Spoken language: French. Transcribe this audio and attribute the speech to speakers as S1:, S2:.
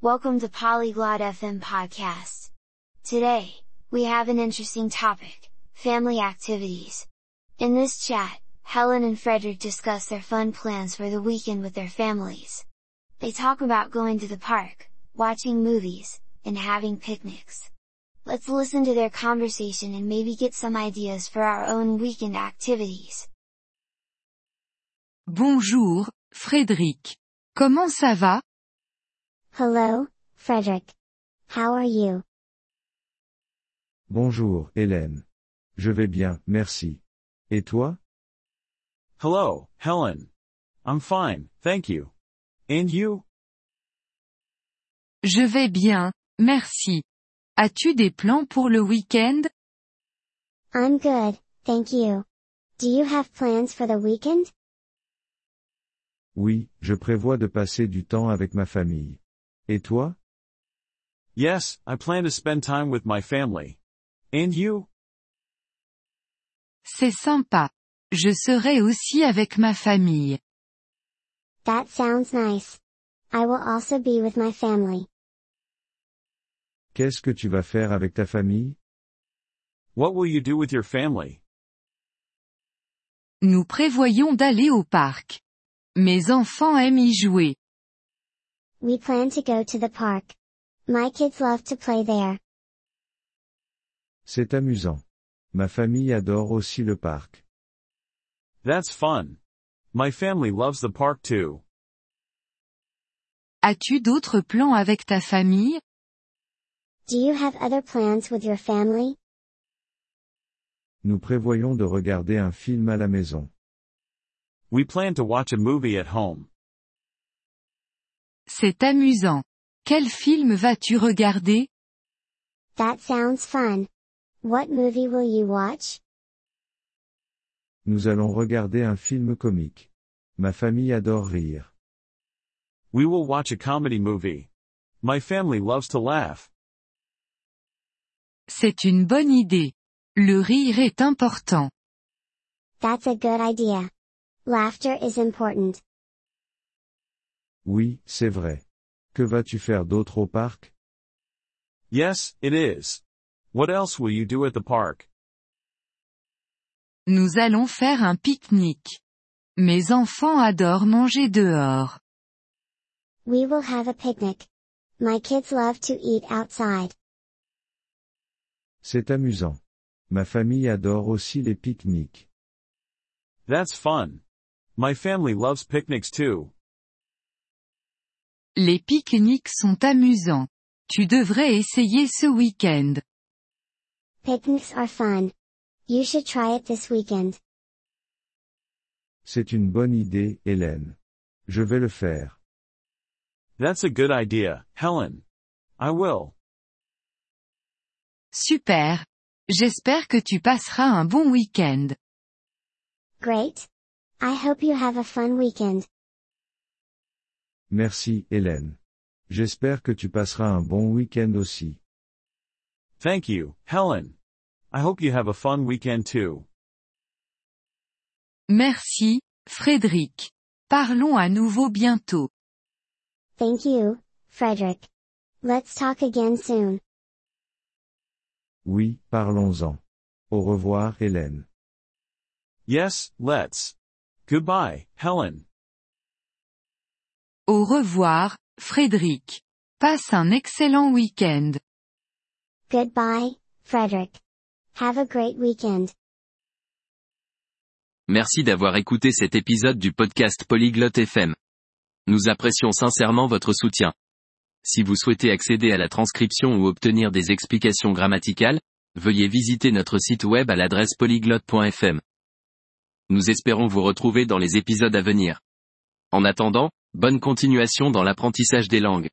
S1: Welcome to Polyglot FM podcast. Today, we have an interesting topic, family activities. In this chat, Helen and Frederick discuss their fun plans for the weekend with their families. They talk about going to the park, watching movies, and having picnics. Let's listen to their conversation and maybe get some ideas for our own weekend activities.
S2: Bonjour, Frédéric. Comment ça va
S3: Hello, Frederick. How are you?
S4: Bonjour, Hélène. Je vais bien, merci. Et toi?
S5: Hello, Helen. I'm fine, thank you. And you?
S2: Je vais bien, merci. As-tu des plans pour le week-end
S3: I'm good, thank you. Do you have plans for the weekend?
S4: Oui, je prévois de passer du temps avec ma famille. Et toi?
S5: Yes, I plan to spend time with my family. And you?
S2: C'est sympa. Je serai aussi avec ma famille.
S3: That sounds nice. I will also be with my family.
S4: Qu'est-ce que tu vas faire avec ta famille?
S5: What will you do with your family?
S2: Nous prévoyons d'aller au parc. Mes enfants aiment y jouer.
S3: We plan to go to the park. My kids love to play there.
S4: C'est amusant. Ma famille adore aussi le parc.
S5: That's fun. My family loves the park too.
S2: As-tu d'autres plans avec ta famille
S3: Do you have other plans with your family?
S4: Nous prévoyons de regarder un film à la maison.
S5: We plan to watch a movie at home.
S2: C'est amusant. Quel film vas-tu regarder
S3: That sounds fun. What movie will you watch?
S4: Nous allons regarder un film comique. Ma famille adore rire.
S5: We will watch a comedy movie. My family loves to laugh.
S2: C'est une bonne idée. Le rire est important.
S3: That's a good idea. Laughter is important.
S4: Oui, c'est vrai. Que vas-tu faire d'autre au parc?
S5: Yes, it is. What else will you do at the park?
S2: Nous allons faire un pique-nique. Mes enfants adorent manger dehors.
S3: We will have a picnic. My kids love to eat outside.
S4: C'est amusant. Ma famille adore aussi les pique-niques.
S5: That's fun. My family loves picnics too.
S2: Les pique-niques sont amusants. Tu devrais essayer ce week-end.
S3: Picnics are fun. You should try it this weekend.
S4: C'est une bonne idée, Hélène. Je vais le faire.
S5: That's a good idea, Helen. I will.
S2: Super. J'espère que tu passeras un bon week-end.
S3: Great. I hope you have a fun weekend.
S4: Merci, Hélène. J'espère que tu passeras un bon week-end aussi.
S5: Thank you, Helen. I hope you have a fun weekend too.
S2: Merci, Frédéric. Parlons à nouveau bientôt.
S3: Thank you, Frederick. Let's talk again soon.
S4: Oui, parlons-en. Au revoir, Hélène.
S5: Yes, let's. Goodbye, Helen.
S2: Au revoir, Frédéric. Passe un excellent week-end.
S3: Goodbye, Frederick. Have a great weekend.
S6: Merci d'avoir écouté cet épisode du podcast Polyglotte FM. Nous apprécions sincèrement votre soutien. Si vous souhaitez accéder à la transcription ou obtenir des explications grammaticales, veuillez visiter notre site web à l'adresse polyglotte.fm. Nous espérons vous retrouver dans les épisodes à venir. En attendant, bonne continuation dans l'apprentissage des langues.